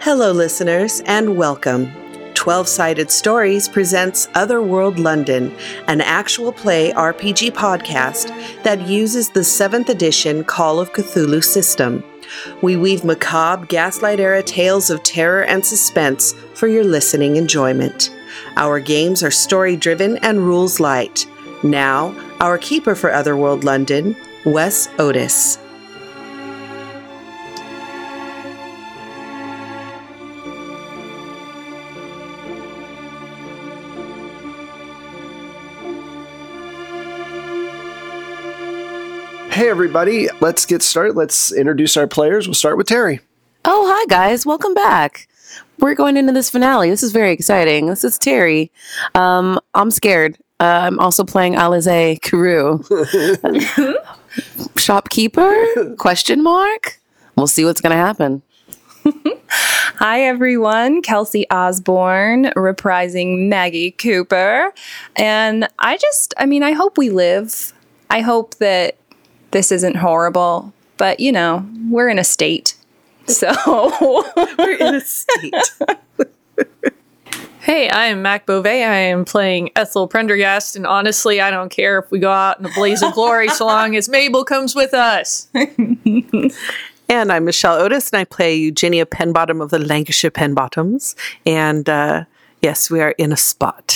Hello, listeners, and welcome. 12 Sided Stories presents Otherworld London, an actual play RPG podcast that uses the 7th edition Call of Cthulhu system. We weave macabre, gaslight era tales of terror and suspense for your listening enjoyment. Our games are story driven and rules light. Now, our keeper for Otherworld London, Wes Otis. Hey, everybody, let's get started. Let's introduce our players. We'll start with Terry. Oh, hi guys. Welcome back. We're going into this finale. This is very exciting. This is Terry. Um, I'm scared. Uh, I'm also playing Alize Carew. Shopkeeper? Question mark? We'll see what's going to happen. Hi, everyone. Kelsey Osborne reprising Maggie Cooper. And I just, I mean, I hope we live. I hope that this isn't horrible, but you know, we're in a state. So, We're in a state. Hey, I am Mac Beauvais. I am playing Ethel Prendergast, and honestly, I don't care if we go out in a blaze of glory so long as Mabel comes with us. And I'm Michelle Otis, and I play Eugenia Penbottom of the Lancashire Penbottoms. And uh, yes, we are in a spot.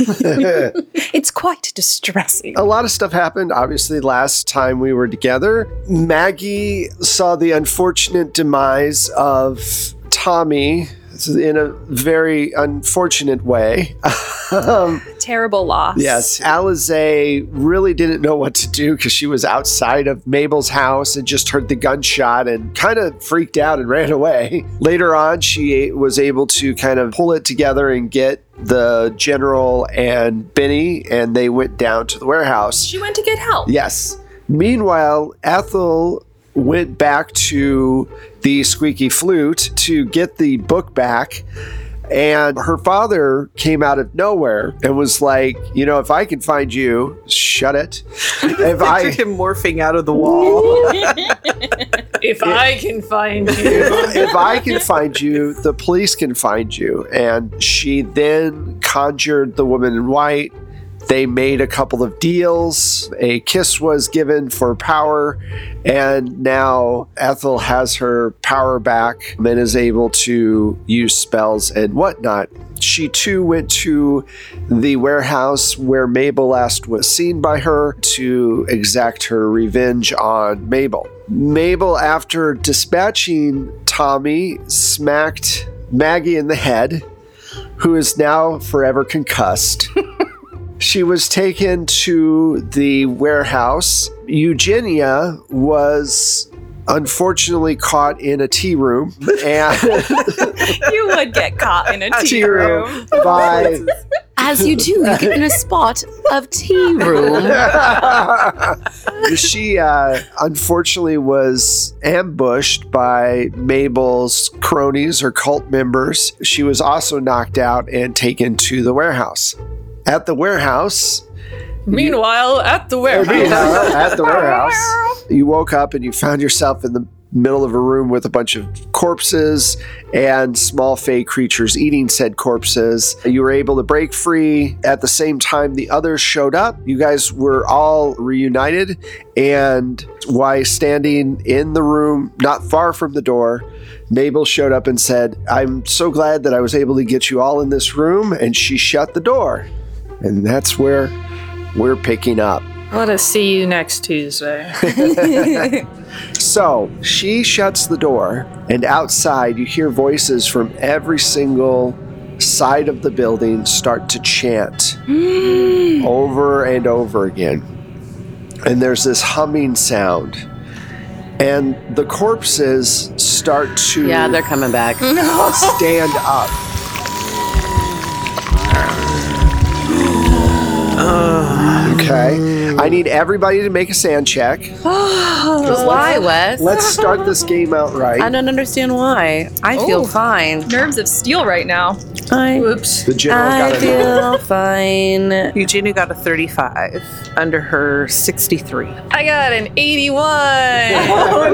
it's quite distressing. A lot of stuff happened, obviously, last time we were together. Maggie saw the unfortunate demise of Tommy in a very unfortunate way. um, Terrible loss. Yes. Alize really didn't know what to do because she was outside of Mabel's house and just heard the gunshot and kind of freaked out and ran away. Later on, she was able to kind of pull it together and get the general and Benny, and they went down to the warehouse. She went to get help. Yes. Meanwhile, Ethel went back to the squeaky flute to get the book back. And her father came out of nowhere and was like, You know, if I can find you, shut it. If I. him morphing out of the wall. If I can find you. If, if I can find you, the police can find you. And she then conjured the woman in white. They made a couple of deals. A kiss was given for power. And now Ethel has her power back and is able to use spells and whatnot. She too went to the warehouse where Mabel last was seen by her to exact her revenge on Mabel. Mabel, after dispatching Tommy, smacked Maggie in the head, who is now forever concussed. She was taken to the warehouse. Eugenia was unfortunately caught in a tea room and You would get caught in a tea tea room. room by As you do, you get in a spot of tea room. she uh, unfortunately was ambushed by Mabel's cronies or cult members. She was also knocked out and taken to the warehouse. At the warehouse, Meanwhile, at the warehouse. at the warehouse, you woke up and you found yourself in the middle of a room with a bunch of corpses and small fey creatures eating said corpses. You were able to break free. At the same time, the others showed up. You guys were all reunited. And while standing in the room, not far from the door, Mabel showed up and said, I'm so glad that I was able to get you all in this room. And she shut the door. And that's where we're picking up. Let us see you next Tuesday. So she shuts the door, and outside you hear voices from every single side of the building start to chant over and over again. And there's this humming sound, and the corpses start to Yeah, they're coming back. stand up. Okay, I need everybody to make a sand check. Why, Wes? Let's start this game out right. I don't understand why. I feel Oh. fine. Nerves of steel right now. I, Oops. The general I got it. feel fine. Eugenia got a 35 under her 63. I got an 81. Oh,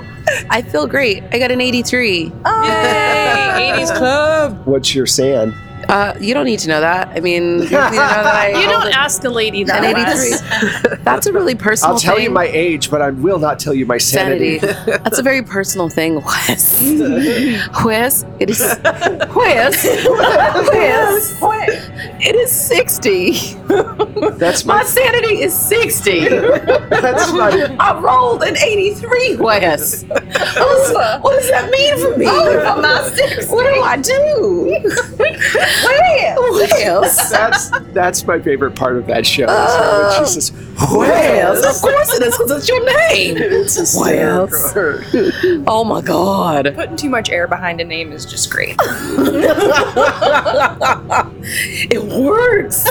no. I feel great. I got an 83. Yay! 80s club. What's your sand? Uh, you don't need to know that. I mean, you don't need to know that I You hold don't it- ask a lady that. an Wes. 83. That's a really personal I'll tell you thing. my age, but I will not tell you my sanity. sanity. That's a very personal thing, Wes. Wes, it is Wes. Wes. It is 60. That's My my. sanity is 60. That's my. I rolled an 83, Wes. What does- what does that mean for me? What do I do? Wes. That's that's my favorite part of that show. is Oh. when she says, Wes. Of course it is, because it's your name. "It's a sand." Oh my God. Putting too much air behind a name is just great. It works.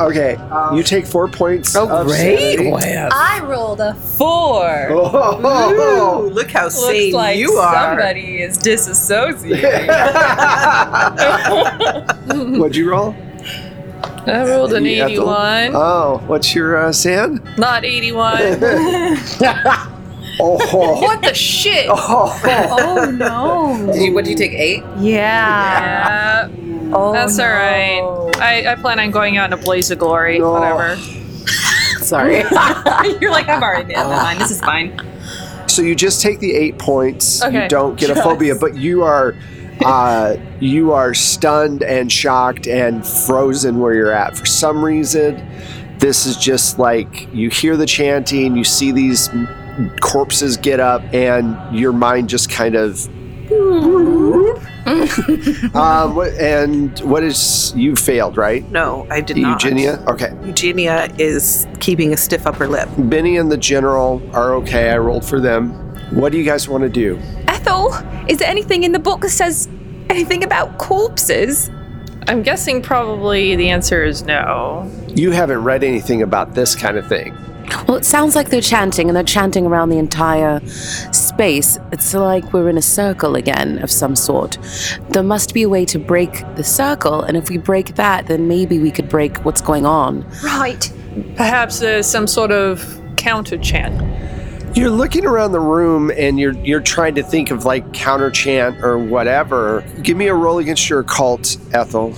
Okay, you take four points. Oh, of sanity. Wes. I rolled a four. Oh, oh, oh. Ooh, look how Looks sane like you are. somebody is disassociating. What'd you roll? I rolled an You have to- 81. Oh, what's your uh, sand? Not 81. Oh, oh, What the shit? oh. oh no. Did you, what did you take? Eight? Yeah. Yeah, Oh, that's all right. I, I plan on going out in a blaze of glory. No. Whatever. Sorry. You're like, I've already been mine. This is fine. So you just take the eight points. You Okay. don't get a phobia, but you are, uh, you are stunned and shocked and frozen where you're at. For some reason, this is just like you hear the chanting, you see these corpses get up, and your mind just kind of. um, what, and what is you failed right? No, I did not. Eugenia. Okay. Eugenia is keeping a stiff upper lip. Benny and the general are okay. I rolled for them. What do you guys want to do? Ethel, is there anything in the book that says anything about corpses? I'm guessing probably the answer is no. You haven't read anything about this kind of thing. Well, it sounds like they're chanting, and they're chanting around the entire space. It's like we're in a circle again of some sort. There must be a way to break the circle, and if we break that, then maybe we could break what's going on. Right. Perhaps there's some sort of counter chant. You're looking around the room and you're you're trying to think of like counter chant or whatever. Give me a roll against your occult, Ethel.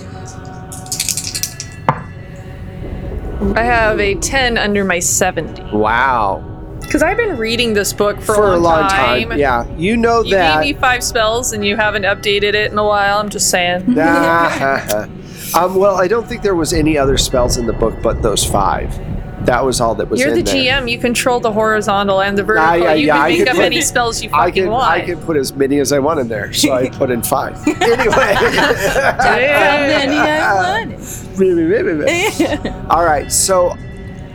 I have a 10 under my 70. Wow. Because I've been reading this book for, a, long time. Yeah. You know You that. gave me five spells and you haven't updated it in a while. I'm just saying. Nah. um, well, I don't think there was any other spells in the book but those five. That was all that was You're in the there. Ah, GM. You control the horizontal and the vertical. yeah, you yeah, can I make could up put- any spells you fucking I can want. I can put as many as I want in there, so I put in five. anyway, Uh, all right. So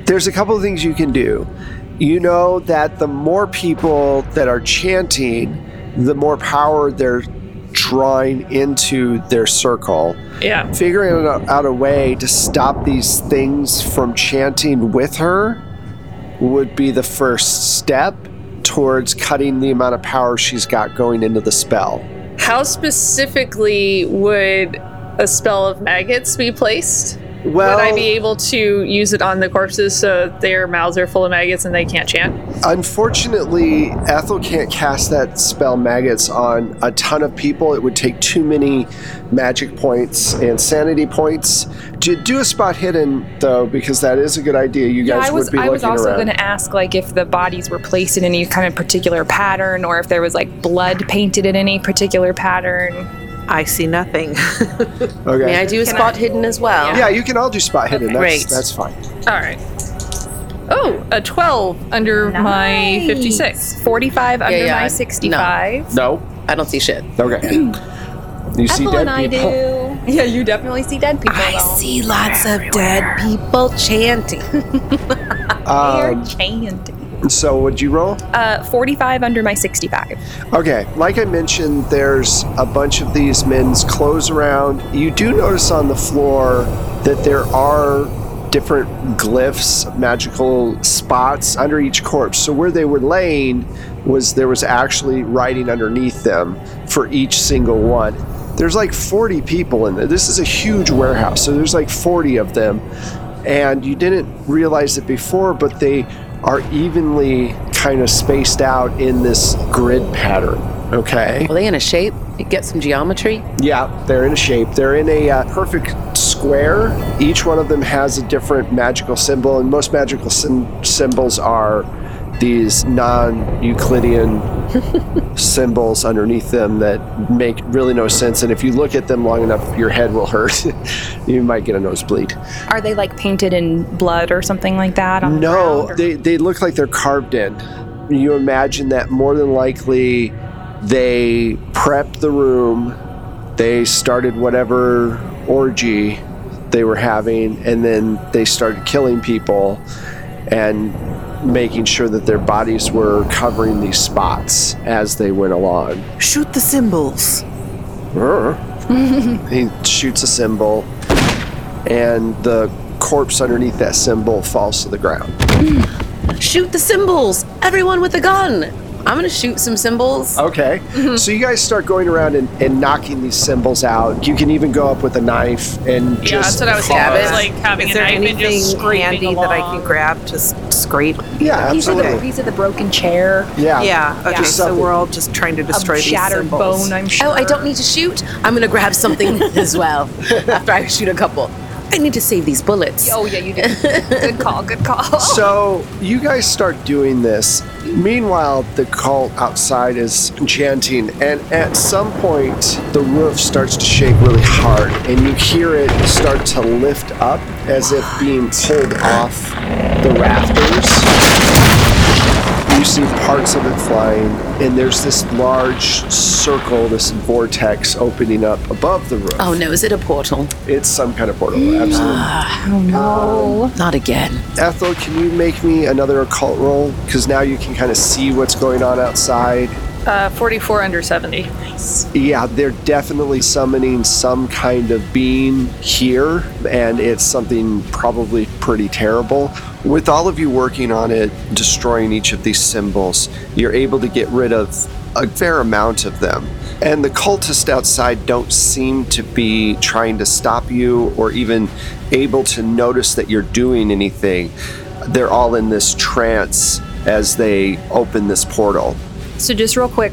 there's a couple of things you can do. You know that the more people that are chanting, the more power they're drawing into their circle. yeah. Figuring out- out a way to stop these things from chanting with her would be the first step towards cutting the amount of power she's got going into the spell. How specifically would a spell of maggots be placed? Well, would I be able to use it on the corpses so their mouths are full of maggots and they can't chant? Unfortunately, Ethel can't cast that spell maggots on a ton of people. It would take too many magic points and sanity points. Do, do a spot hidden though, because that is a good idea. You Yeah, guys I was would be I looking was also around. going to ask like if the bodies were placed in any kind of particular pattern or if there was like blood painted in any particular pattern. I see nothing. okay. May I do a spot hidden as well? yeah, you can all do spot hidden. That's, Great. that's fine. All right. Oh, a 12 under my 56. 45 under yeah. my No. 65. No. I don't see shit. Okay. you see Ethel dead and I people. do. Yeah, you definitely see dead people. I see lots of dead people chanting. Um, so, would you roll? Uh, 45 under my 65. Okay, like I mentioned, there's a bunch of these men's clothes around. You do notice on the floor that there are different glyphs, magical spots under each corpse. So where they were laying was there was actually writing underneath them for each single one. There's like 40 people in there. This is a huge warehouse, so there's like 40 of them and you didn't realize it before, but they are evenly kind of spaced out in this grid pattern. Okay. Are they in a shape? You get some geometry. Yeah, they're in a shape. They're in a uh, perfect square. Each one of them has a different magical symbol, and most magical sym- symbols are these non Euclidean symbols underneath them that make really no sense. And if you look at them long enough, your head will hurt. you might get a nosebleed. Are they like painted in blood or something like that? On the No, ground, or- they, they look like they're carved in. You imagine that more than likely they prepped the room, they started whatever orgy they were having, and then they started killing people and making sure that their bodies were covering these spots as they went along. Shoot the symbols. he shoots a symbol, and the corpse underneath that symbol falls to the ground. Shoot the symbols! Everyone with a gun! I'm gonna shoot some symbols. Okay. Mm-hmm. So you guys start going around and, and knocking these symbols out. You can even go up with a knife and Yeah, just that's what I was carve. thinking. It's like having Is a there knife and just anything scraping handy along. that I can grab to s- scrape? Yeah, Piece of, the, absolutely. piece of the broken chair, Yeah. Yeah. Okay. Just so something. we're all just trying to destroy a these shattered symbols. bone. I'm sure. Oh, I don't need to shoot. I'm gonna grab something as well after I shoot a couple. I need to save these bullets. Oh yeah, you did. good call. Good call. So you guys start doing this. Meanwhile, the cult outside is chanting, and at some point, the roof starts to shake really hard, and you hear it start to lift up as if being pulled off the rafters. You see parts of it flying, and there's this large circle, this vortex opening up above the roof. Oh no, is it a portal? It's some kind of portal, absolutely. Not again. Ethel, can you make me another occult roll? Because now you can kind of see what's going on outside. Uh, 44 under 70. Yeah, they're definitely summoning some kind of being here, and it's something probably pretty terrible. With all of you working on it, destroying each of these symbols, you're able to get rid of a fair amount of them. And the cultists outside don't seem to be trying to stop you or even able to notice that you're doing anything. They're all in this trance as they open this portal. So just real quick,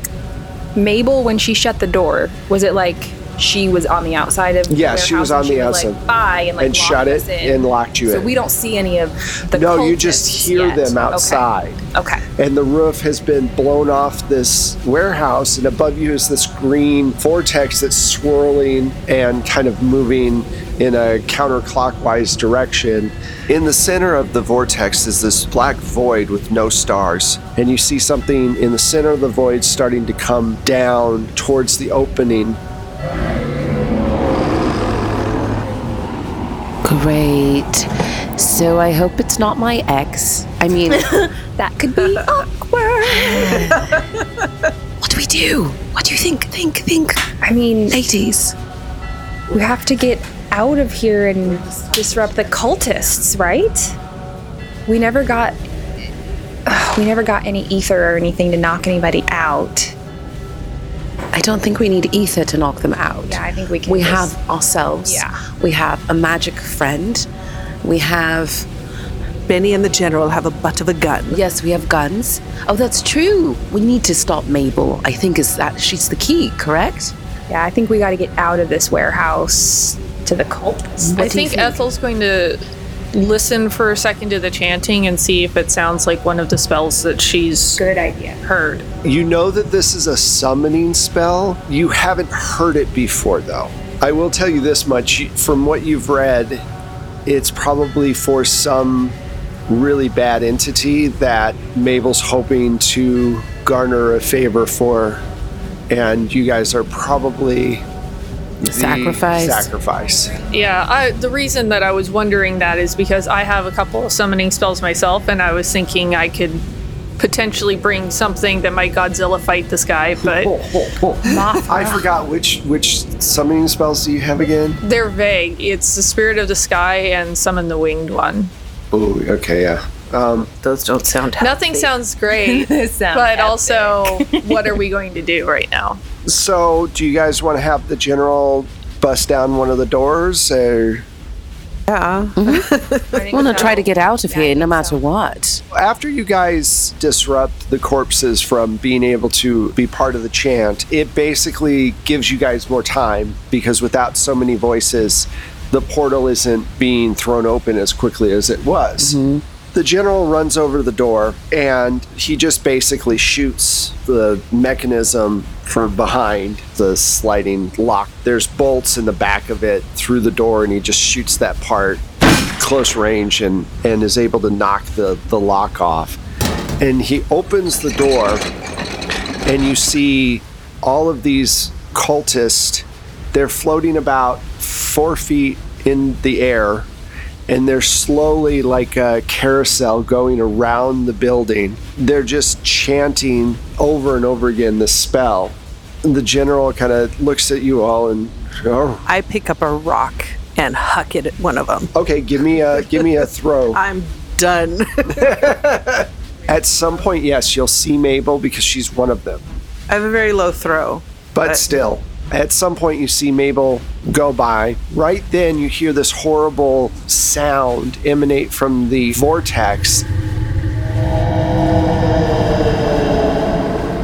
Mabel, when she shut the door, was it like she was on the outside of? the Yeah, she was warehouse and on the would, outside. Like, buy and like and lock shut it us in. and locked you so in. we don't see any of the. no, you just cultists hear yet. them Okay. outside. Okay. And the roof has been blown off this warehouse, and above you is this green vortex that's swirling and kind of moving in a counterclockwise direction. In the center of the vortex is this black void with no stars, and you see something in the center of the void starting to come down towards the opening. Great. So I hope it's not my ex. I mean, That could be oh, awkward. what do we do? What do you think? Think, think, I mean, ladies. we have to get out of here and disrupt the cultists, right? We never got. We never got any ether or anything to knock anybody out. I don't think we need ether to knock them out. Yeah, I think we can. we just- have ourselves. Yeah. We have a magic friend. We have Benny and the general have a butt of a gun. yes, we have guns. Oh, that's true. We need to stop Mabel. I think is that she's the key, correct? Yeah, I think we got to get out of this warehouse to the cultists. I think, Ethel's going to listen for a second to the chanting and see if it sounds like one of the spells that she's Good idea. heard. You know that this is a summoning spell. You haven't heard it before, though. I will tell you this much from what you've read, it's probably for some really bad entity that Mabel's hoping to garner a favor for, and you guys are probably. the Sacrifice. Sacrifice. Yeah, I, the reason that I was wondering that is because I have a couple of summoning spells myself, and I was thinking I could potentially bring something that might Godzilla fight this guy, but I forgot which which summoning spells do you have again? they're vague. It's the spirit of the sky and summon the winged one. Oh, okay, yeah. Those don't sound healthy. Nothing sounds great, sound but also, what are we going to do right now? So, do you guys want to have the general bust down one of the doors? Or Yeah. I Well, no, want try to get out of here no matter what. After you guys disrupt the corpses from being able to be part of the chant, it basically gives you guys more time because without so many voices, the portal isn't being thrown open as quickly as it was. The general runs over to the door and he just basically shoots the mechanism from behind the sliding lock. There's bolts in the back of it through the door, and he just shoots that part close range and, and is able to knock the, the lock off. And he opens the door, and you see all of these cultists. They're floating about four feet in the air, and they're slowly, like a carousel, going around the building. They're just chanting over and over again the spell. And the general kind of looks at you all and, oh, I pick up a rock and huck it at one of them. okay, give me a give me a throw. I'm done. At some point, yes, you'll see Mabel because she's one of them. I have a very low throw. But still, at some point, you see Mabel go by. Right then, you hear this horrible sound emanate from the vortex.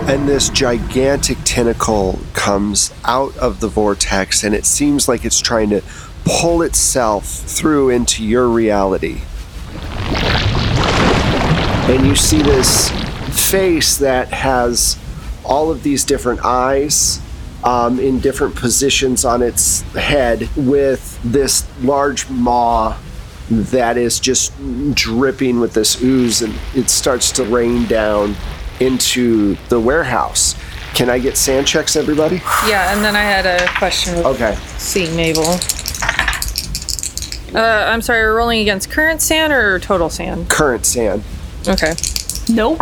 And this gigantic tentacle comes out of the vortex, and it seems like it's trying to pull itself through into your reality and you see this face that has all of these different eyes um, in different positions on its head with this large maw that is just dripping with this ooze and it starts to rain down into the warehouse. Can I get sand checks, everybody? Yeah, and then I had a question. with Okay. Seeing Mabel. Uh, I'm sorry, we're rolling against current sand or total sand? Current sand. Okay. Nope.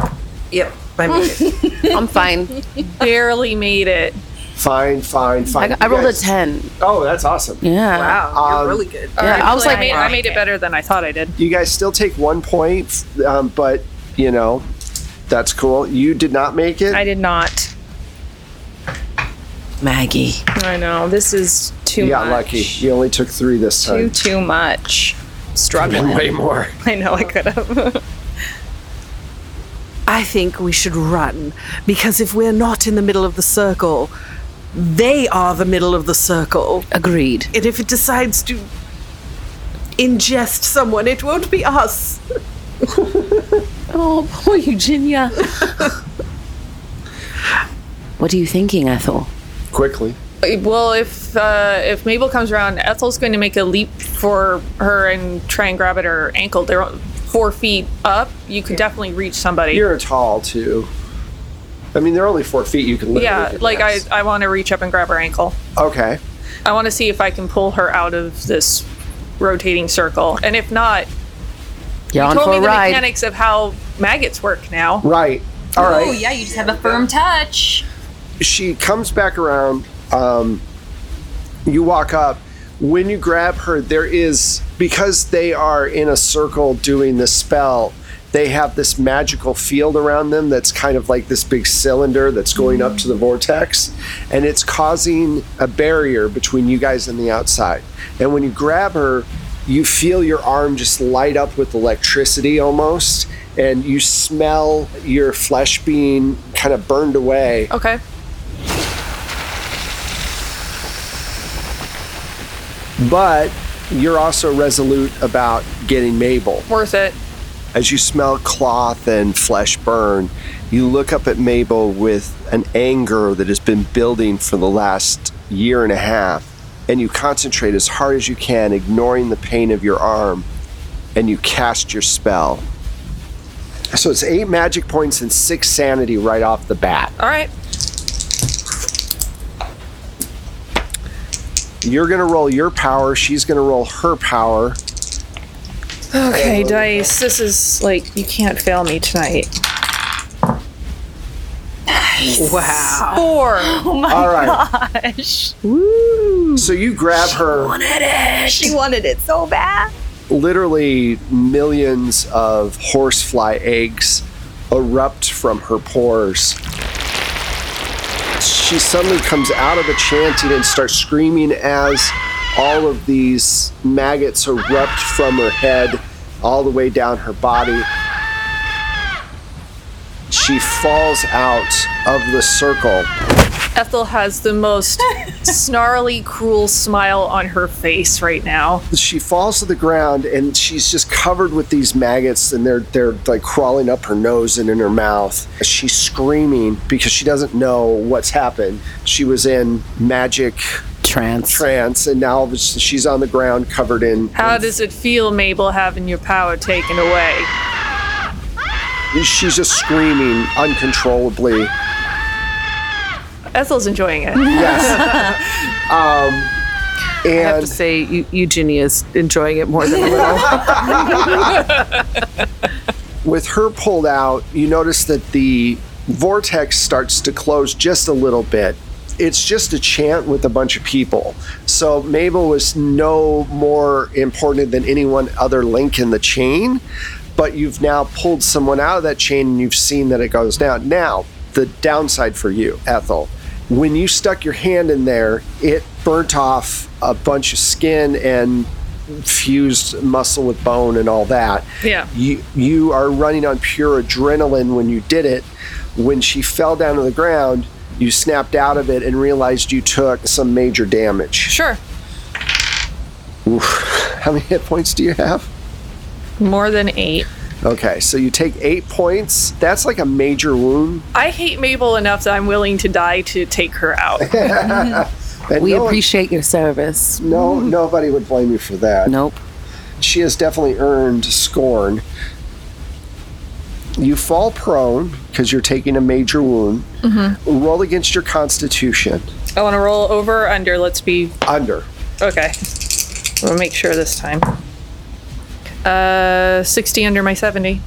Yep. I made it. I'm fine. Barely made it. Fine, fine, I, fine. got- I You rolled a guys- 10. Oh, that's awesome. Yeah. Wow, Um, you're really good. All right, I was actually, like- I made, I made it better than I thought I did. You guys still take one point, um, but you know that's cool. You did not make it. I did not. Maggie. I know this is too you much. got lucky. You only took three this Too time. too much. Struggling. Way more. I know I could have. I think we should run because if we're not in the middle of the circle, they are the middle of the circle. Agreed. And if it decides to ingest someone, it won't be us. Oh, poor Eugenia. what are you thinking, Ethel? Quickly. well, if uh, if Mabel comes around, Ethel's going to make a leap for her and try and grab at her ankle. They're four feet up. You could definitely reach somebody. You're tall too. I mean, they're only four feet. You can literally. yeah, get like I past. I want to reach up and grab her ankle. Okay. I want to see if I can pull her out of this rotating circle. And if not, You're on told for me a the ride. mechanics of how maggots work now. Right. All right. Oh yeah, you just have a firm touch. she comes back around. Um, you walk up. When you grab her, there is because they are in a circle doing the spell. They have this magical field around them that's kind of like this big cylinder that's going up to the vortex, and it's causing a barrier between you guys and the outside. And when you grab her, you feel your arm just light up with electricity almost, and you smell your flesh being kind of burned away. Okay. but you're also resolute about getting Mabel. Worth it. As you smell cloth and flesh burn, you look up at Mabel with an anger that has been building for the last year and a half, and you concentrate as hard as you can, ignoring the pain of your arm, and you cast your spell. So it's eight magic points and six sanity right off the bat. All right. You're gonna roll your power, she's gonna roll her power. Okay, dice. This is like you can't fail me tonight. Wow. Four. All right. Gosh. So you grab her. She wanted it so bad. literally millions of horsefly eggs erupt from her pores. She suddenly comes out of the chanting and starts screaming as all of these maggots erupt from her head all the way down her body. She falls out of the circle. Ethel has the most snarly, cruel smile on her face right now. She falls to the ground and she's just covered with these maggots and they're they're like crawling up her nose and in her mouth. She's screaming because she doesn't know what's happened. She was in magic Trance. trance and now she's on the ground covered in How does it feel, Mabel, having your power taken away? she's just screaming uncontrollably. Ethel's enjoying it. Yes. um, I have to and say, Eu- Eugenia is enjoying it more than a little. with her pulled out, you notice that the vortex starts to close just a little bit. It's just a chant with a bunch of people. So Mabel was no more important than anyone other link in the chain, but you've now pulled someone out of that chain and you've seen that it goes down. Now, the downside for you, Ethel, when you stuck your hand in there, it burnt off a bunch of skin and fused muscle with bone and all that. Yeah. You you are running on pure adrenaline when you did it. When she fell down to the ground, you snapped out of it and realized you took some major damage. Sure. How many hit points do you have? More than eight. Okay, so you take eight points. That's like a major wound. I hate Mabel enough that I'm willing to die to take her out. And We no one- appreciate your service. no, nobody would blame you for that. Nope. She has definitely earned scorn. You fall prone because you're taking a major wound. Mm-hmm. Roll against your constitution. I want to roll over or under. Let's be Under. okay. We'll make sure this time. Uh, 60 under my 70.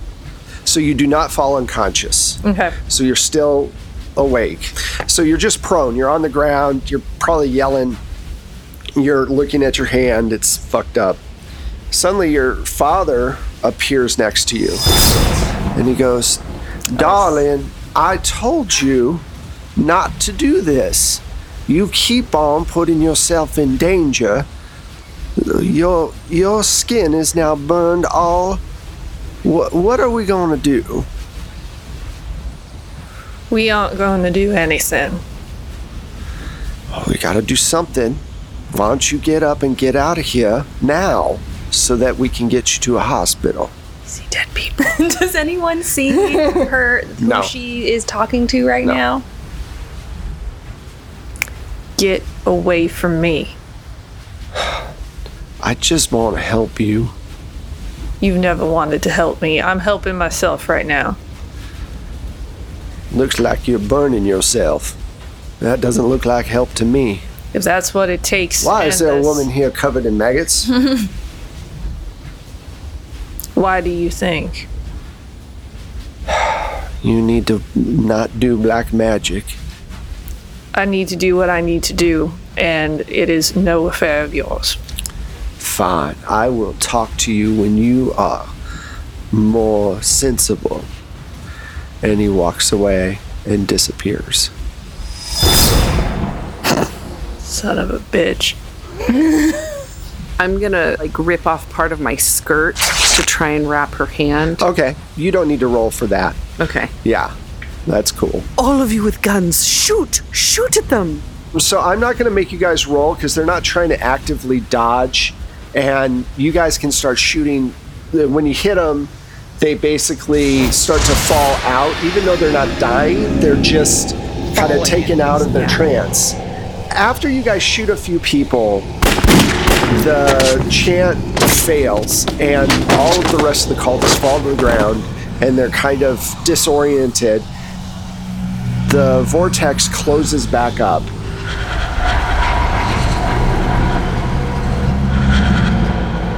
So you do not fall unconscious. Okay. So you're still awake. So you're just prone. You're on the ground. You're probably yelling. You're looking at your hand. It's fucked up. Suddenly, your father appears next to you. And he goes, Darling, I told you not to do this. You keep on putting yourself in danger. Your your skin is now burned all. What what are we gonna do? We aren't going to do anything. We gotta do something. Why don't you get up and get out of here now so that we can get you to a hospital? Does anyone see her who No. she is talking to right No. now? Get away from me. I just wanna help you. You've never wanted to help me. I'm helping myself right now. Looks like you're burning yourself. That doesn't look like help to me. If that's what it takes. Why is and there a this- woman here covered in maggots? Why do you think? you need to not do black magic. I need to do what I need to do, and it is no affair of yours. Fine, I will talk to you when you are more sensible. And he walks away and disappears. Son of a bitch. I'm gonna like rip off part of my skirt to try and wrap her hand. Okay, you don't need to roll for that. Okay. Yeah, that's cool. All of you with guns, shoot! Shoot at them! So I'm not going to make you guys roll because they're not trying to actively dodge, and you guys can start shooting. When you hit them, they basically start to fall out, even though they're not dying. They're just kind of taken out of their trance. After you guys shoot a few people, the chant fails, and all of the rest of the cultists fall to the ground, and they're kind of disoriented. The vortex closes back up.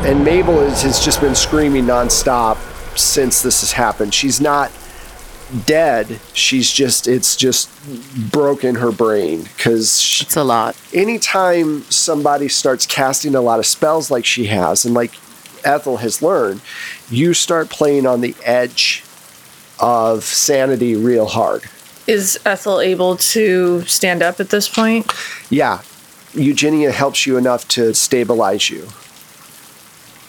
And Mabel is, has just been screaming nonstop since this has happened. She's not dead. She's just, it's just broken her brain because It's a lot. anytime somebody starts casting a lot of spells like she has and like Ethel has learned, you start playing on the edge of sanity real hard. Is Ethel able to stand up at this point? Yeah. Eugenia helps you enough to stabilize you.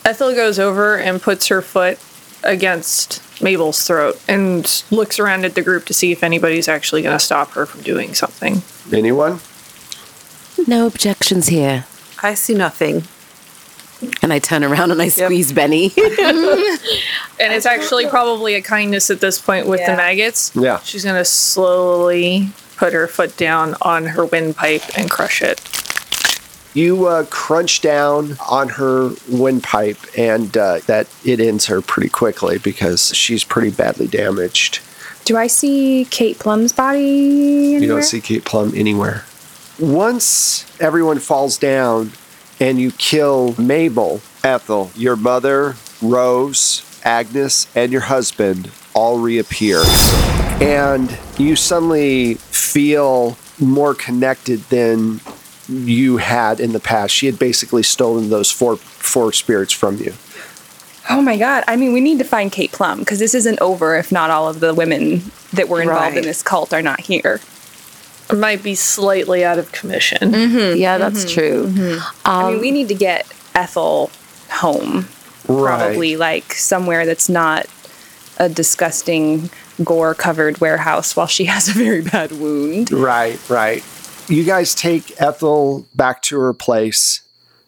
Ethel goes over and puts her foot against Mabel's throat and looks around at the group to see if anybody's actually going to stop her from doing something. Anyone? No objections here. I see nothing. And I turn around and I squeeze Benny. And it's actually probably a kindness at this point with the maggots. Yeah. She's going to slowly put her foot down on her windpipe and crush it. You uh, crunch down on her windpipe, and uh, that it ends her pretty quickly because she's pretty badly damaged. Do I see Kate Plum's body? You don't see Kate Plum anywhere. Once everyone falls down and you kill Mabel, Ethel, your mother, Rose, Agnes, and your husband all reappear. And you suddenly feel more connected than you had in the past. She had basically stolen those four four spirits from you. Oh my god. I mean, we need to find Kate Plum because this isn't over if not all of the women that were involved in Right. this cult are not here. Might be slightly out of commission. yeah, that's Mm-hmm. true. I mean, we need to get Ethel home. Probably like somewhere that's not a disgusting gore covered warehouse while she has a very bad wound. Right, right. You guys take Ethel back to her place.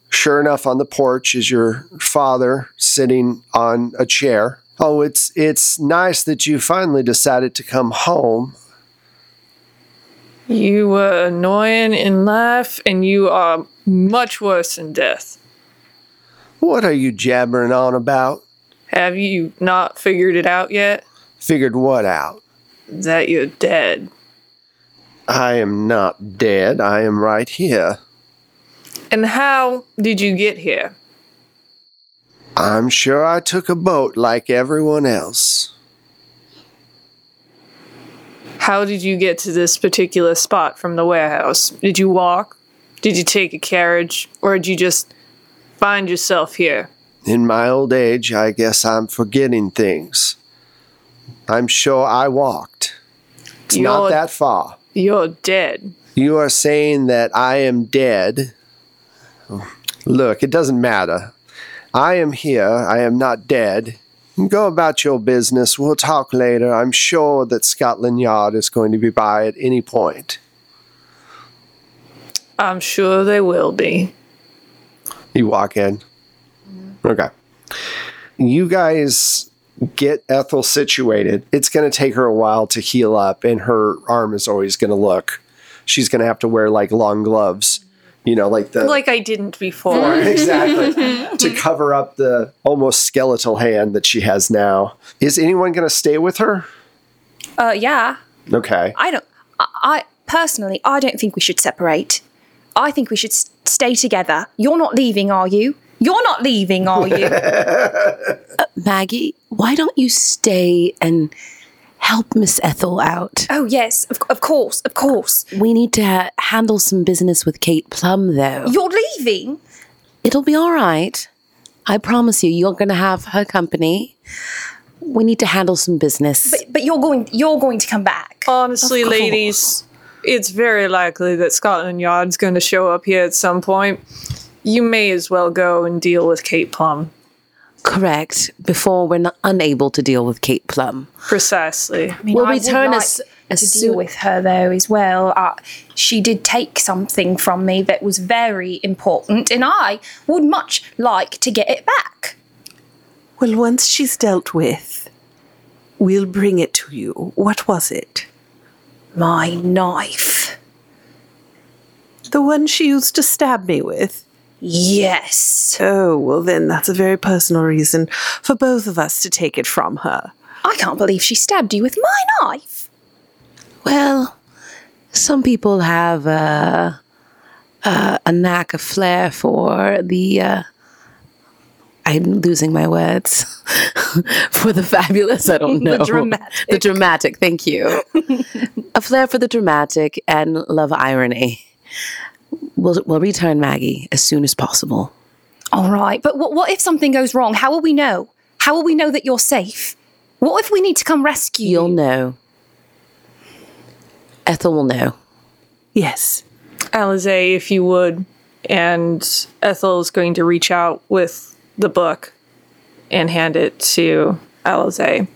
Sure enough, on the porch is your father sitting on a chair. Oh, it's it's nice that you finally decided to come home. You were annoying in life, and you are much worse in death. What are you jabbering on about? Have you not figured it out yet? Figured what out? That you're dead. I am not dead. I am right here. And how did you get here? I'm sure I took a boat like everyone else. How did you get to this particular spot from the warehouse? Did you walk? Did you take a carriage? Or did you just find yourself here? In my old age, I guess I'm forgetting things. I'm sure I walked. It's not You're- that far. You're dead. You are saying that I am dead. Look, it doesn't matter. I am here. I am not dead. Go about your business. We'll talk later. I'm sure that Scotland Yard is going to be by at any point. I'm sure they will be. You walk in. Okay. You guys get Ethel situated. It's going to take her a while to heal up, and her arm is always going to look. She's going to have to wear like long gloves, you know, like the Like I didn't before. exactly to cover up the almost skeletal hand that she has now. Is anyone going to stay with her? Uh, yeah. Okay. I don't. I, I personally, I don't think we should separate. I think we should s- stay together. You're not leaving, are you? You're not leaving, are you? Maggie, why don't you stay and help Miss Ethel out? oh yes, of, c- of course, of course. We need to ha- handle some business with Kate Plum, though. You're leaving. It'll be all right. I promise you, you're going to have her company. We need to handle some business. But you're going. You're going to come back. Honestly, ladies, it's very likely that Scotland Yard's going to show up here at some point. You may as well go and deal with Kate Plum. Correct. Before we're not unable to deal with Kate Plum. Precisely. we'll I would return like as, to as deal soon. with her though as well. Uh, she did take something from me that was very important, and I would much like to get it back. Well, once she's dealt with, we'll bring it to you. What was it? My knife. The one she used to stab me with? Yes. Oh, well, then that's a very personal reason for both of us to take it from her. I can't believe she stabbed you with my knife. Well, some people have uh, uh, a knack, a flair for the. Uh, I'm losing my words for the fabulous. I don't know the dramatic. The dramatic. Thank you. a flair for the dramatic and love irony. We'll, we'll return Maggie as soon as possible. All right, but what, what if something goes wrong? How will we know? How will we know that you're safe? What if we need to come rescue You'll you? know. Ethel will know. Yes. Alize, if you would. And Ethel is going to reach out with the book and hand it to Alize.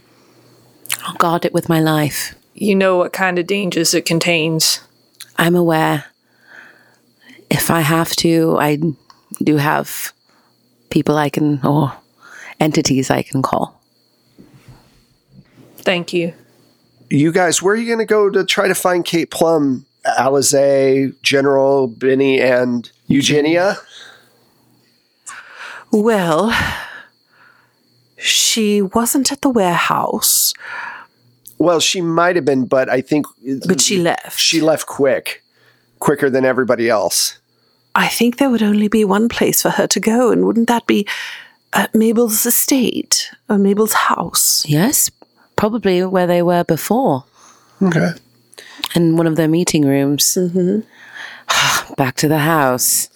I'll guard it with my life. You know what kind of dangers it contains. I'm aware. If I have to, I do have people I can, or entities I can call. Thank you. You guys, where are you going to go to try to find Kate Plum, Alize, General, Benny, and Eugenia? Well, she wasn't at the warehouse, Well, she might have been, but I think but Mm. she left. she left quick, quicker than everybody else. I think there would only be one place for her to go, and wouldn't that be at Mabel's estate or Mabel's house? Yes, probably where they were before. Okay. in one of their meeting rooms. Back to the house.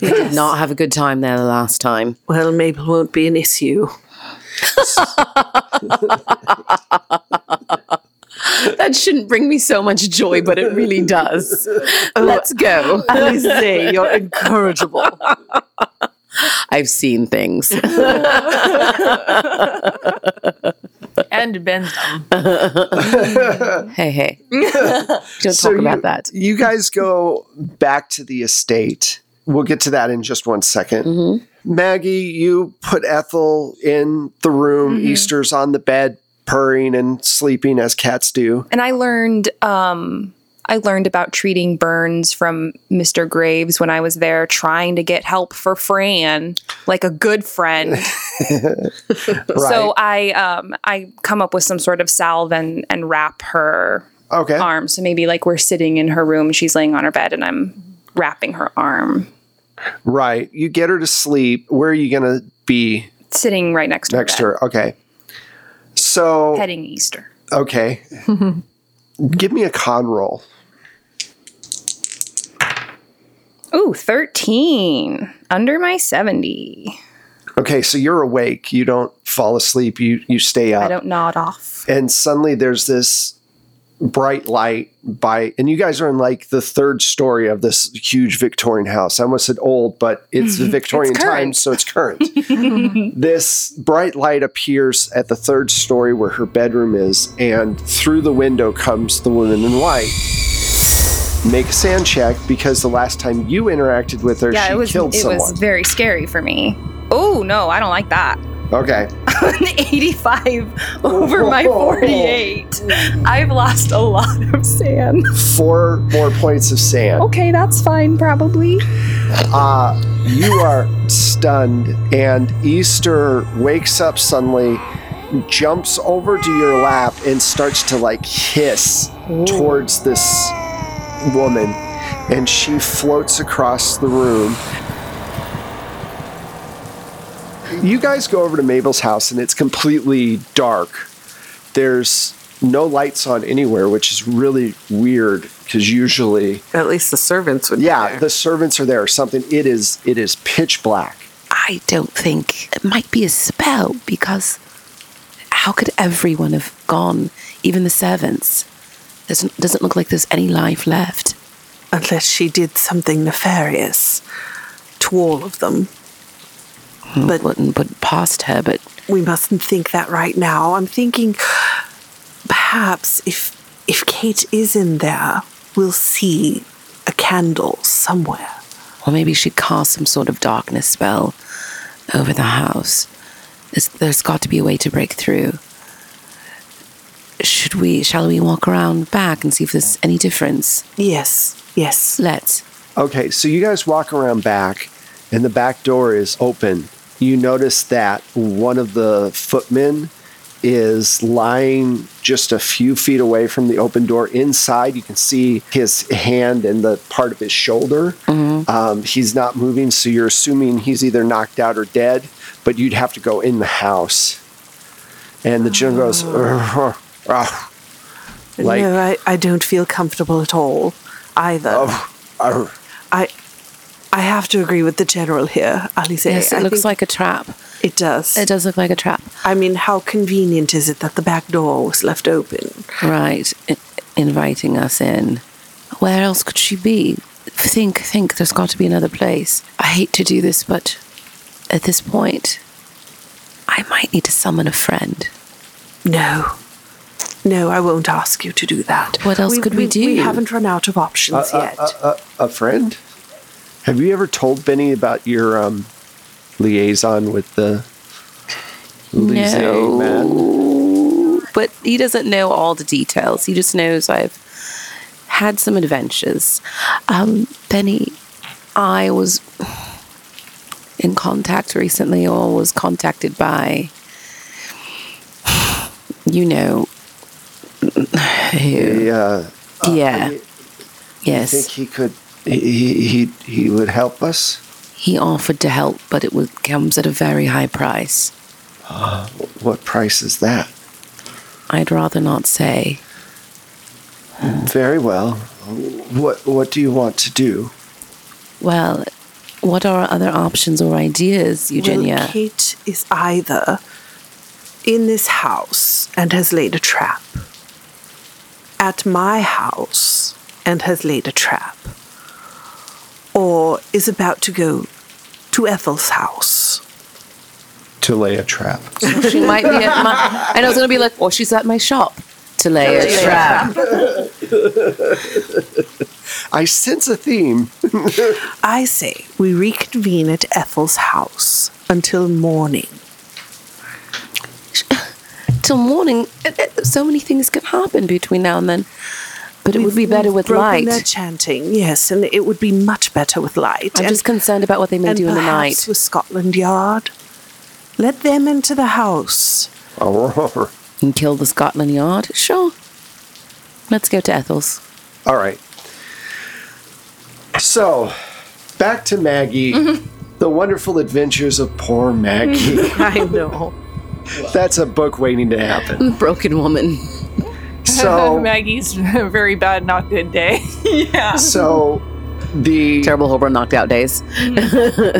I did not have a good time there the last time. Well, Mabel won't be an issue. That shouldn't bring me so much joy, but it really does. Let's go. Alize, you're incorrigible. I've seen things. And bend them. hey, hey. Don't talk about you, that. You guys go back to the estate. We'll get to that in just one second. Mm-hmm. Maggie, you put Ethel in the room. Mm-hmm. Easter's on the bed, purring and sleeping as cats do. And I learned um I learned about treating burns from Mr. Graves when I was there trying to get help for Fran, like a good friend. So I um I come up with some sort of salve and and wrap her Okay. arm. So maybe like we're sitting in her room, she's laying on her bed and I'm wrapping her arm, Right. You get her to sleep. Where are you going to be sitting right next to next to her, bed, her? Okay. So, petting Easter. okay. Give me a con roll. Ooh, 13 under my 70. Okay, so you're awake. You don't fall asleep. You you stay up. I don't nod off. and suddenly there's this bright light by and you guys are in like the third story of this huge victorian house i almost said old but it's the victorian time so it's current this bright light appears at the third story where her bedroom is and through the window comes the woman in white make a sand check because the last time you interacted with her Yeah, she it was killed it someone was very scary for me. Oh no, I don't like that. okay An 85 over my Oh. 48. I've lost a lot of sand. four more points of sand Okay, that's fine, probably. Uh, you are stunned, and Easter wakes up suddenly, jumps over to your lap, and starts to like hiss towards this woman. And she floats across the room. You guys go over to Mabel's house, and it's completely dark. There's no lights on anywhere, which is really weird because usually At least the servants would. be yeah, there. the servants are there or something. It is it is pitch black. I don't think it might be a spell because how could everyone have gone, even the servants? Doesn't, doesn't look like there's any life left. Unless she did something nefarious to all of them. But wouldn't put past her, but we mustn't think that right now. I'm thinking perhaps if if Kate is in there, we'll see a candle somewhere. Or maybe she cast some sort of darkness spell over the house. There's, there's got to be a way to break through. Should we, shall we walk around back and see if there's any difference? Yes, yes. Let's. Okay, so you guys walk around back and the back door is open. You notice that one of the footmen is lying just a few feet away from the open door. Inside, you can see his hand and the part of his shoulder. Um, he's not moving, so you're assuming he's either knocked out or dead, but you'd have to go in the house. And the general goes, "Ugh, ah, like, no, I, I don't feel comfortable at all either. "Arr." I I have to agree with the general here, Alice. Yes, it I looks think like a trap. it does. It does look like a trap. I mean, how convenient is it that the back door was left open? Right. I- inviting us in. Where else could she be? think, think. There's got to be another place. I hate to do this, but at this point, I might need to summon a friend. No. No, I won't ask you to do that. What else could we We do? haven't run out of options yet. a friend? Have you ever told Benny about your um, liaison with the Lise man? But he doesn't know all the details. He just knows I've had some adventures. Um, Benny, I was in contact recently, or was contacted by, you know, who. He, uh, yeah. I think yes. he could. He, he he would help us. He offered to help, but it was, comes at a very high price. What price is that? I'd rather not say. Very well. What what do you want to do? Well, what are our other options or ideas, Eugenia? Well, Kate is either in this house and has laid a trap, at my house and has laid a trap, or is about to go to Ethel's house. To lay a trap. she might be at my. And I was gonna be like, or she's at my shop to lay a trap. I sense a theme. I say we reconvene at Ethel's house until morning. Till morning, eh, eh, so many things can happen between now and then. But it would be We've- better we've with broken light. Their chanting, yes, and it would be much better with light. I'm and just concerned about what they may and do in the perhaps night. with Scotland Yard. Let them into the house. All and kill the Scotland Yard. Sure. Let's go to Ethel's. right. So, back to Maggie. The wonderful adventures of poor Maggie. Mm-hmm. I know. That's a book waiting to happen. Broken woman. So Maggie's very bad, not good day. so the Terrible Holborn knocked out days.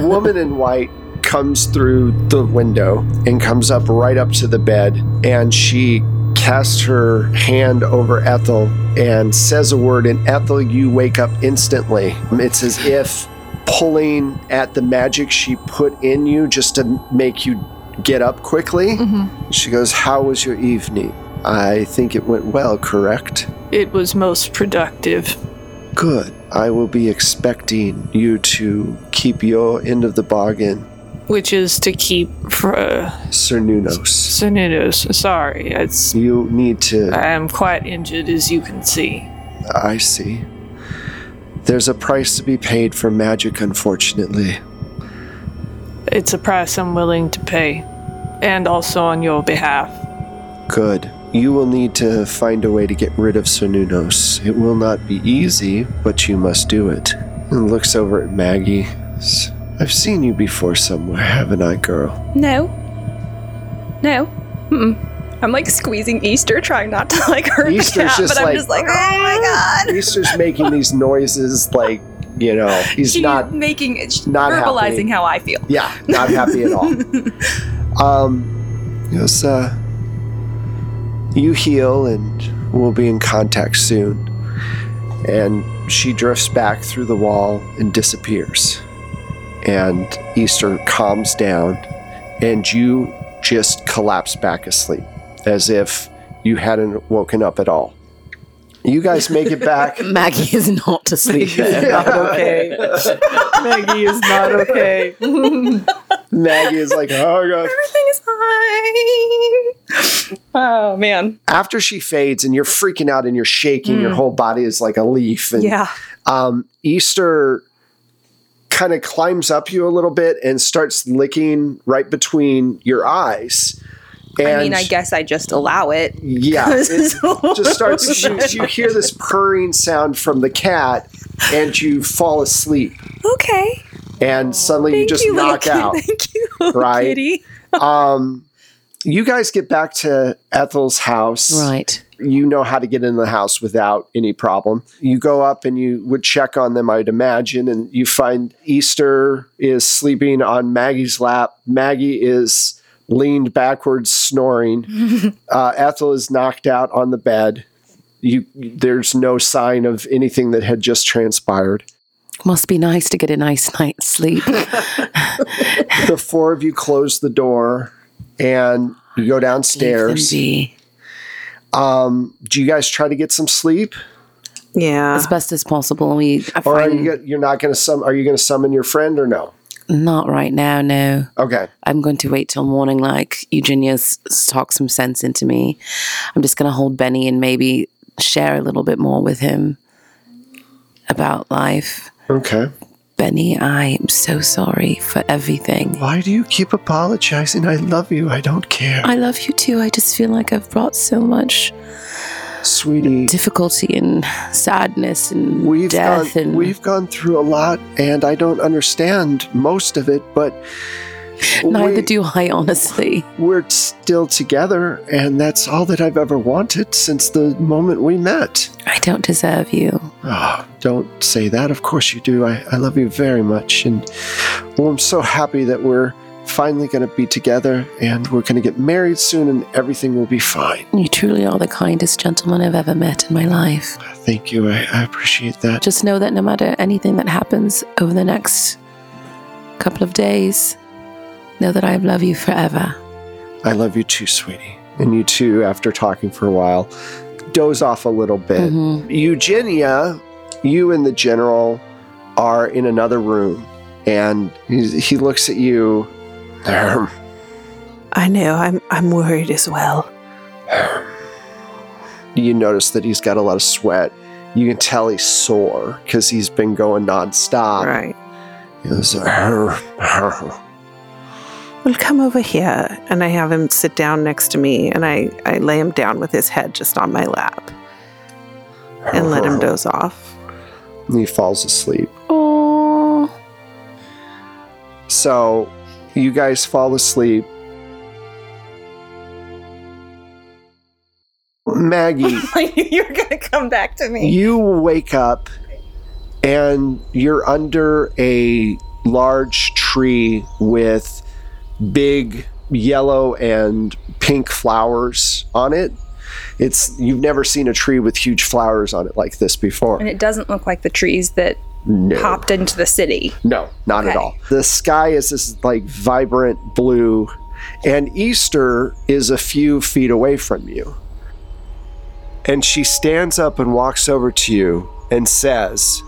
woman in white comes through the window and comes up right up to the bed and she casts her hand over Ethel and says a word and Ethel you wake up instantly it's as if pulling at the magic she put in you just to make you get up quickly Mm-hmm. she goes how was your evening I think it went well correct It was most productive. good I will be expecting you to keep your end of the bargain Which is to keep for uh, Sir Nunos. Sonidos. Sorry, it's You need to. I am quite injured as you can see. I see. There's a price to be paid for magic, unfortunately. It's a price I'm willing to pay, and also on your behalf. Good. You will need to find a way to get rid of Sir Nunos. It will not be easy, but you must do it. And looks over at Maggie. S- I've seen you before somewhere, haven't I, girl? No. No. Mm-mm. I'm like squeezing Easter, trying not to like hurt Easter's the cat, just but I'm like- uh, just like, oh my god. Easter's making these noises like, you know, he's She's not making it, she's not verbalizing happening. how I feel. Yeah, not happy at all. um, it was, uh, you heal and we'll be in contact soon. And she drifts back through the wall and disappears. And Easter calms down, and you just collapse back asleep as if you hadn't woken up at all. You guys make it back. Maggie is not asleep there. okay. Maggie is not okay. Maggie is like, oh god. Everything is fine. Oh man. after she fades and you're freaking out and you're shaking, your whole body is like a leaf. And Yeah. um, Easter kind of climbs up you a little bit and starts licking right between your eyes. And I mean, I guess I just allow it. yeah, it just starts. You, you hear this purring sound from the cat, and you fall asleep. Okay. And suddenly you just little knock kid. out. Thank you, little right? kitty. Um, you guys get back to Ethel's house, Right. you know how to get in the house without any problem. You go up and you would check on them, I'd imagine, and you find Easter is sleeping on Maggie's lap. Maggie is leaned backwards, snoring. uh, Ethel is knocked out on the bed. You, there's no sign of anything that had just transpired. Must be nice to get a nice night's sleep. The four of you close the door and you go downstairs. Indeed. Do you guys try to get some sleep, As Yeah. best as possible. We I or are find- you go- you're not going to sum? Are you going to summon your friend or no? not right now, no. Okay. I'm going to wait till morning, like Eugenia's talked some sense into me. I'm just going to hold Benny and maybe share a little bit more with him about life. Okay. Benny, I am so sorry for everything. Why do you keep apologizing? I love you. I don't care, I love you too. I just feel like I've brought so much sweetie. difficulty and sadness and We've death gone, and we've gone through a lot, and I don't understand most of it, but neither we- do I honestly. we're still together, and that's all that I've ever wanted since the moment we met. I don't deserve you. Oh, don't say that. Of course you do. I, I love you very much. And well, I'm so happy that we're finally going to be together and we're going to get married soon and everything will be fine. You truly are the kindest gentleman I've ever met in my life. Thank you. I, I appreciate that. Just know that no matter anything that happens over the next couple of days, know that I love you forever. I love you too, sweetie. And you too, after talking for a while, doze off a little bit. Mhm. Mm-hmm. Eugenia, you and the general are in another room, and he, he looks at you. "Ahem, I know. I'm I'm worried as well. You notice that he's got a lot of sweat. You can tell he's sore because he's been going nonstop. right. He goes, "Ahem, ahem." Well, come over here, and I have him sit down next to me, and I I lay him down with his head just on my lap, and let him doze off. And he falls asleep. Oh, So you guys fall asleep. Maggie, You're going to come back to me. you wake up and you're under a large tree with big yellow and pink flowers on it. It's you've never seen a tree with huge flowers on it like this before. And it doesn't look like the trees that No. popped into the city. No, not at Okay. all. The sky is this like vibrant blue, and Easter is a few feet away from you. And she stands up and walks over to you and says,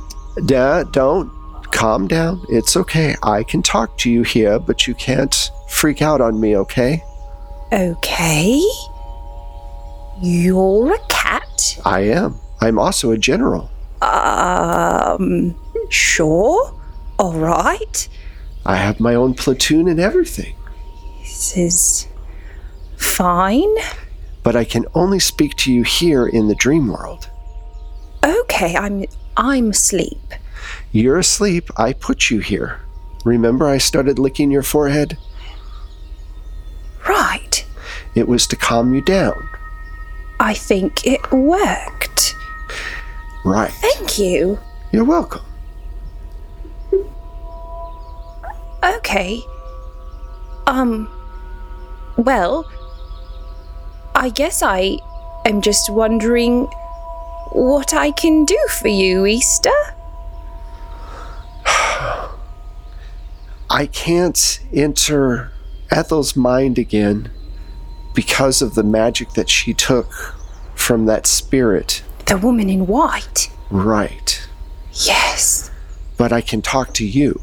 "Da- Don't calm down. It's okay. I can talk to you here, but you can't freak out on me, okay? Okay. You're a cat. I am. I'm also a general. Um, sure. All right. I have my own platoon and everything, This is fine. but I can only speak to you here in the dream world. Okay, I'm I'm asleep. You're asleep. I put you here. Remember, I started licking your forehead? Right. It was to calm you down. I think it worked. Right. Thank you. You're welcome. Okay. Um well, I guess I am just wondering what I can do for you, Easter. I can't enter Ethel's mind again because of the magic that she took from that spirit. The woman in white. Right. Yes. But I can talk to you.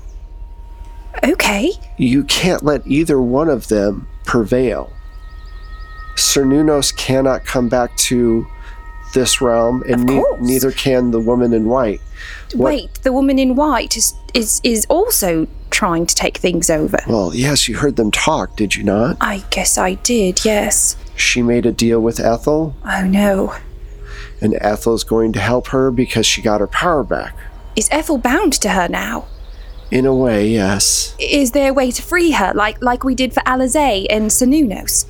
Okay. You can't let either one of them prevail. Sir Nunos cannot come back to this realm, and ne- course. neither can the woman in white. What- Wait, the woman in white is is is also trying to take things over. Well, yes, you heard them talk, did you not? I guess I did. Yes. She made a deal with Ethel, Oh no. and Ethel's going to help her because she got her power back. Is Ethel bound to her now? In a way, yes. Is there a way to free her, like like we did for Alizé and Sanunos?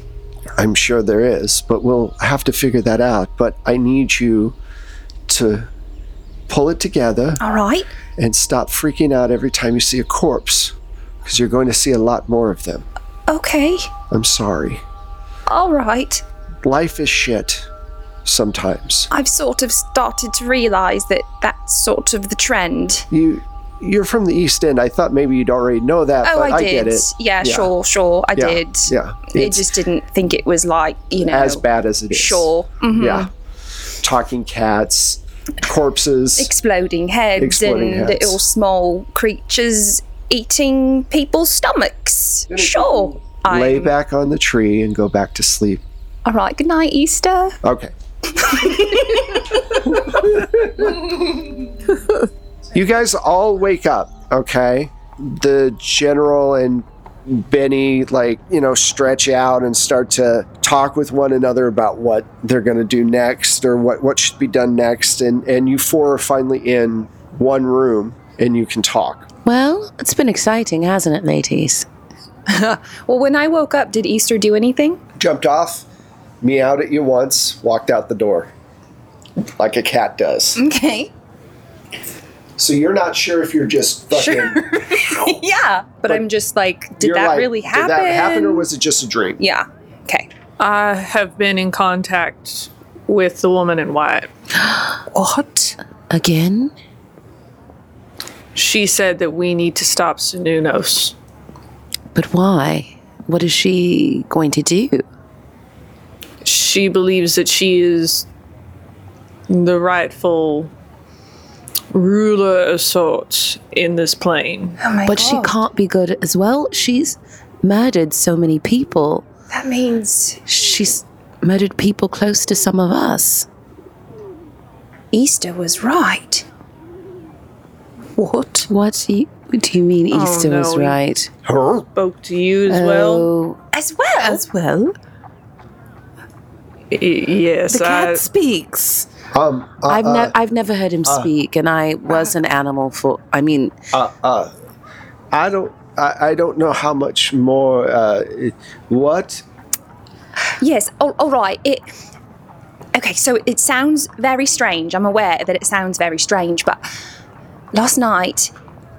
I'm sure there is, but we'll have to figure that out. But I need you to pull it together All right. and stop freaking out every time you see a corpse, because you're going to see a lot more of them. Okay. I'm sorry. All right. Life is shit sometimes. I've sort of started to realise that that's sort of the trend. You You're from the East End. I thought maybe you'd already know that, Oh, but I, I, did. get it. Yeah, sure, sure. I Yeah, did. yeah. It It's- just didn't think it was like, you know. As bad as it is. Sure. Mhm. Yeah. Talking cats, corpses. Exploding heads Exploding heads. and little small creatures eating people's stomachs. Sure. lay I'm, back on the tree and go back to sleep. all right. Good night, Easter. Okay. you guys all wake up, okay? The general and Benny, like, you know, stretch out and start to talk with one another about what they're going to do next or what, what should be done next. And, and you four are finally in one room and you can talk. Well, it's been exciting, hasn't it, ladies? Well, when I woke up, did Easter do anything? Jumped off, meowed at you once, walked out the door like a cat does. Okay. So you're not sure if you're just fucking. Yeah, but, I'm just like, did you're that like, really happen? Did that happen or was it just a dream? yeah. Okay. I have been in contact with the woman in white. What? Again? She said that we need to stop Sununos. But why? What is she going to do? She believes that she is the rightful ruler of sorts in this plane. Oh but she can't be good as well. She's murdered so many people. That means She's murdered people close to some of us. Easter was right. What? What do you, do you mean Easter no, was you- right? Spoke to you as well. Oh, As well. As well, Y- yes, the cat I, speaks. Um, uh, I've, ne- I've never heard him speak, and I was an animal for. I mean, I don't. I, I don't know how much more. Uh, what? Yes. All, all right. It. Okay. So it sounds very strange. I'm aware that it sounds very strange, but last night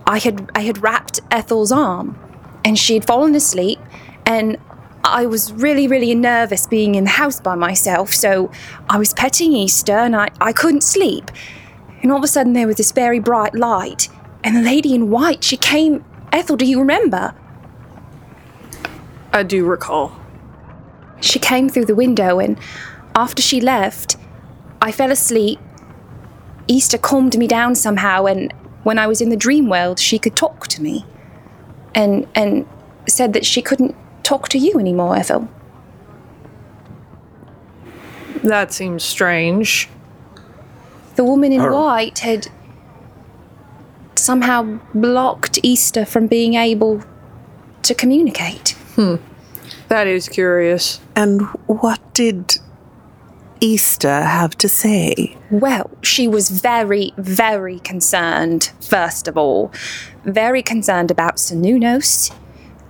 I had I had wrapped Ethel's arm, and she had fallen asleep, and I was really really nervous being in the house by myself. So I was petting Easter, and I I couldn't sleep, and all of a sudden there was this very bright light, and the lady in white she came. Ethel, do you remember? I do recall. She came through the window, and after she left, I fell asleep. Easter calmed me down somehow, and when I was in the dream world, she could talk to me, and and said that she couldn't talk to you anymore, Ethel. That seems strange. The woman in white had somehow blocked Easter from being able to communicate. That is curious. And what did Easter have to say? Well, she was very, very concerned, first of all. Very concerned about Sununos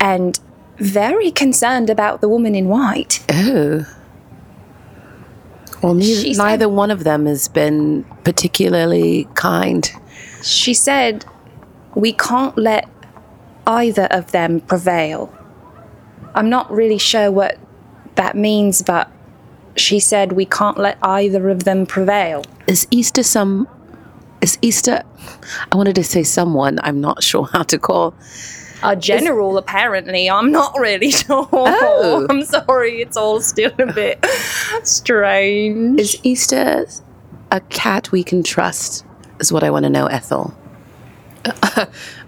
and very concerned about the woman in white. oh. Well, neither, She said- neither one of them has been particularly kind. She said, We can't let either of them prevail. I'm not really sure what that means, but she said, We can't let either of them prevail. is Easter some is Easter I wanted to say someone I'm not sure how to call A general, apparently. I'm not really sure. I'm sorry, it's all still a bit strange. is Easter a cat we can trust is what I want to know Ethel I,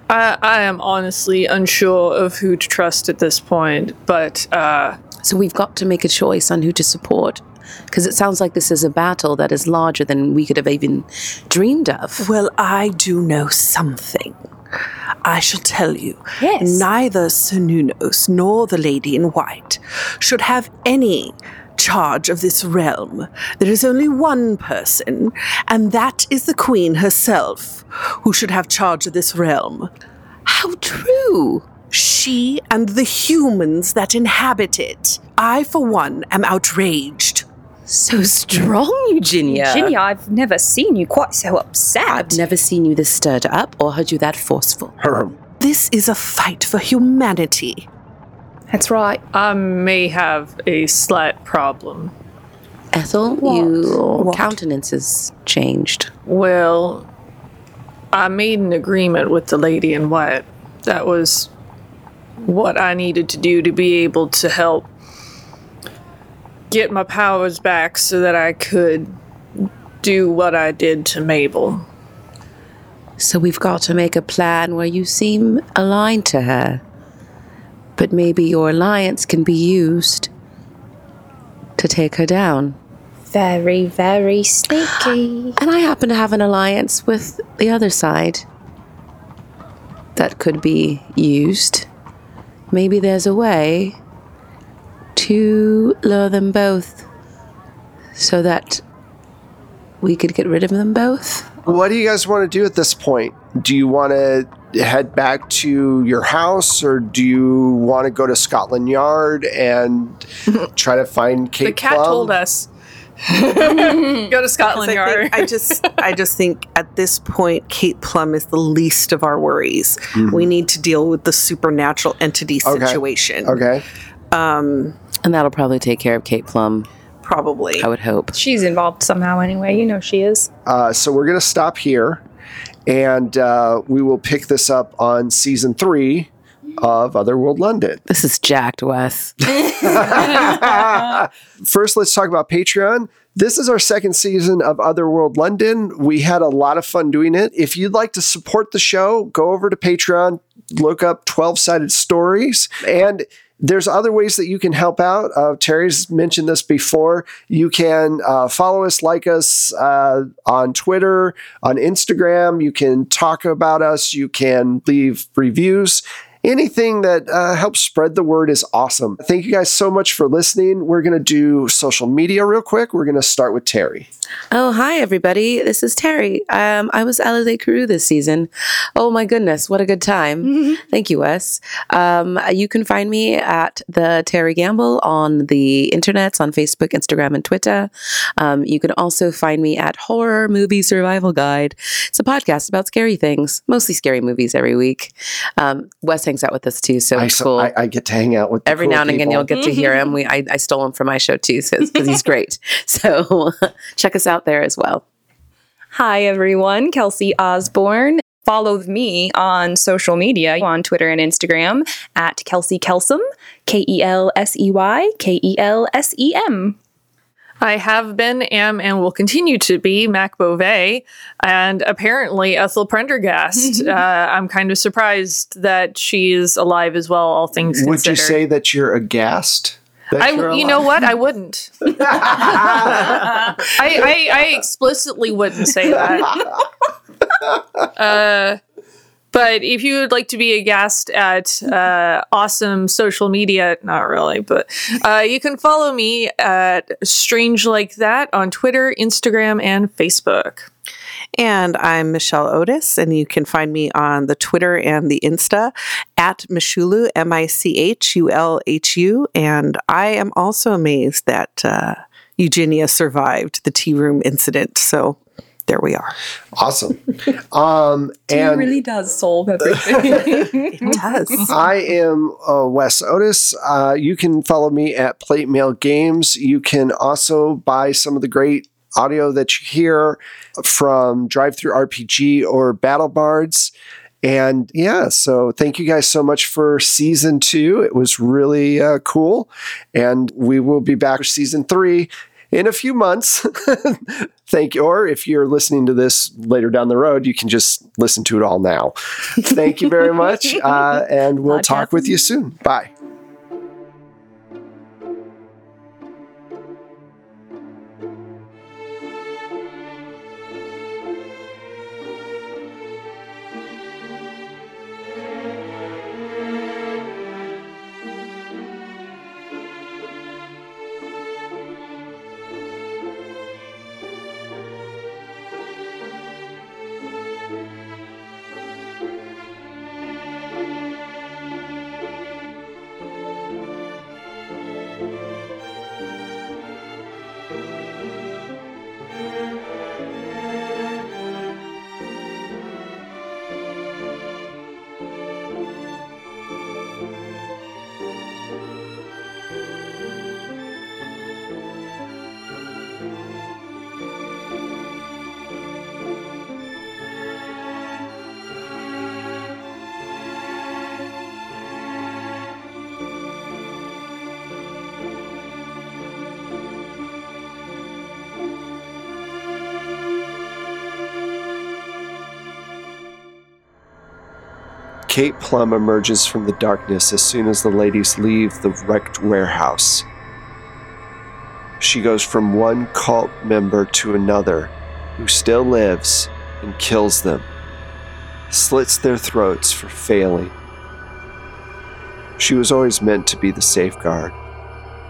I am honestly unsure of who to trust at this point, but uh, so we've got to make a choice on who to support because it sounds like this is a battle that is larger than we could have even dreamed of Well, I do know something. I shall tell you. Yes. Neither Sununos nor the Lady in White should have any charge of this realm. There is only one person, and that is the Queen herself, who should have charge of this realm. how true She and the humans that inhabit it. I, for one, am outraged. so strong Eugenia Ginny, I've never seen you quite so upset. I've never seen you this stirred up or heard you that forceful This is a fight for humanity. That's right. I may have a slight problem. Ethel your What? countenance has changed Well, I made an agreement with the lady in white. That was what I needed to do to be able to help get my powers back so that I could do what I did to Mabel. So we've got to make a plan where you seem aligned to her. But maybe your alliance can be used to take her down. Very, very sneaky. And I happen to have an alliance with the other side that could be used. Maybe there's a way to lure them both so that we could get rid of them both. What do you guys want to do at this point? Do you want to head back to your house or do you want to go to Scotland Yard and try to find Kate The cat Plum? told us. Go to Scotland I, Yard. think, I just I just think at this point Kate Plum is the least of our worries. We need to deal with the supernatural entity Mm-hmm. Okay. situation. Okay. And that'll probably take care of Kate Plum, Probably. I would hope. She's involved somehow anyway. You know she is. Uh, so we're going to stop here and uh, we will pick this up on season three of Otherworld London. This is jacked, Wes. First, let's talk about Patreon. This is our second season of Otherworld London. We had a lot of fun doing it. If you'd like to support the show, go over to Patreon, look up 12 Sided Stories, and there's other ways that you can help out. Uh, Terry's mentioned this before. You can uh, follow us, like us uh, on Twitter, on Instagram. You can talk about us. You can leave reviews. Anything that uh, helps spread the word is awesome. Thank you guys so much for listening. We're going to do social media real quick. We're going to start with Terry. Oh, hi, everybody. This is Terry. Um, I was Alize Carew this season. Oh, my goodness. What a good time. Thank you, Wes. Um, you can find me at the Terry Gamble on the internets, on Facebook, Instagram, and Twitter. Um, you can also find me at Horror Movie Survival Guide. It's a podcast about scary things, mostly scary movies every week. Um, Wes hangs out with us too, so I, it's so cool I, I get to hang out with the every cool now and again people. you'll get to hear him. We I, I stole him from my show too, because he's great. So check us out there as well. Hi, everyone. Kelsey Osborne. Follow me on social media on Twitter and Instagram at Kelsey Kelsum, K E L S E Y K E L S E M. I have been, am, and will continue to be Mac Beauvais, and apparently Ethel Prendergast. uh, I'm kind of surprised that she is alive as well. All things Would considered, you say that you're aghast? That I, you're you alive? know what? I wouldn't. I, I, I explicitly wouldn't say that. Uh, but if you would like to be aghast at uh, awesome social media, not really, but uh, you can follow me at Strange Like That on Twitter, Instagram, and Facebook. And I'm Michelle Otis, and you can find me on the Twitter and the Insta at Mishulu, M I C H U L H U. And I am also amazed that uh, Eugenia survived the tea room incident. So there we are. Awesome. Um, and does solve everything. It does. I am uh, Wes Otis. Uh, you can follow me at Plate Mail Games. You can also buy some of the great audio that you hear from Drive Through RPG or Battle Bards. And yeah, so thank you guys so much for season two. It was really uh, cool. And we will be back with season three in a few months. thank you. Or if you're listening to this later down the road, you can just listen to it all now. Thank you very much. Uh, and we'll talk with you soon. Bye. Kate Plum emerges from the darkness as soon as the ladies leave the wrecked warehouse. She goes from one cult member to another who still lives and kills them, slits their throats for failing. She was always meant to be the safeguard,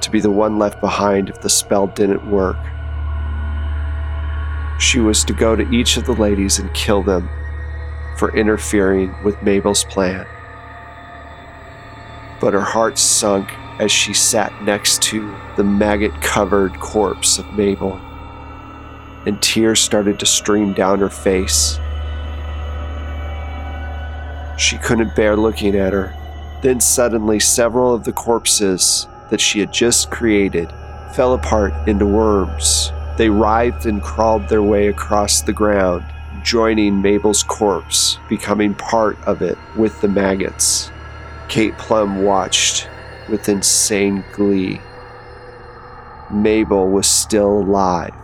to be the one left behind if the spell didn't work. She was to go to each of the ladies and kill them for interfering with Mabel's plan. But her heart sunk as she sat next to the maggot covered corpse of Mabel, and tears started to stream down her face. She couldn't bear looking at her. Then suddenly, several of the corpses that she had just created fell apart into worms. They writhed and crawled their way across the ground, joining Mabel's corpse, becoming part of it with the maggots. Kate Plum watched with insane glee. Mabel was still alive.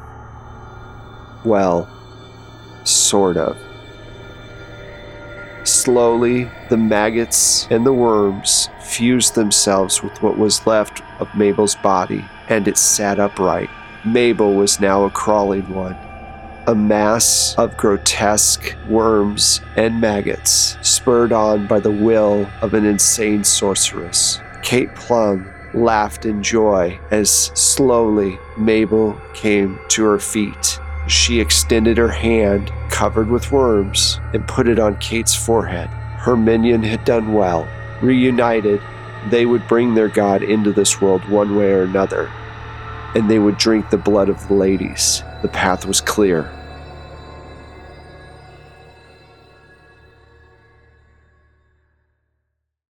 Well, sort of. Slowly, the maggots and the worms fused themselves with what was left of Mabel's body, and it sat upright. Mabel was now a crawling one, a mass of grotesque worms and maggots, spurred on by the will of an insane sorceress. Kate Plum laughed in joy as slowly Mabel came to her feet. She extended her hand, covered with worms, and put it on Kate's forehead. Her minion had done well. Reunited, they would bring their god into this world one way or another, and they would drink the blood of the ladies. The path was clear.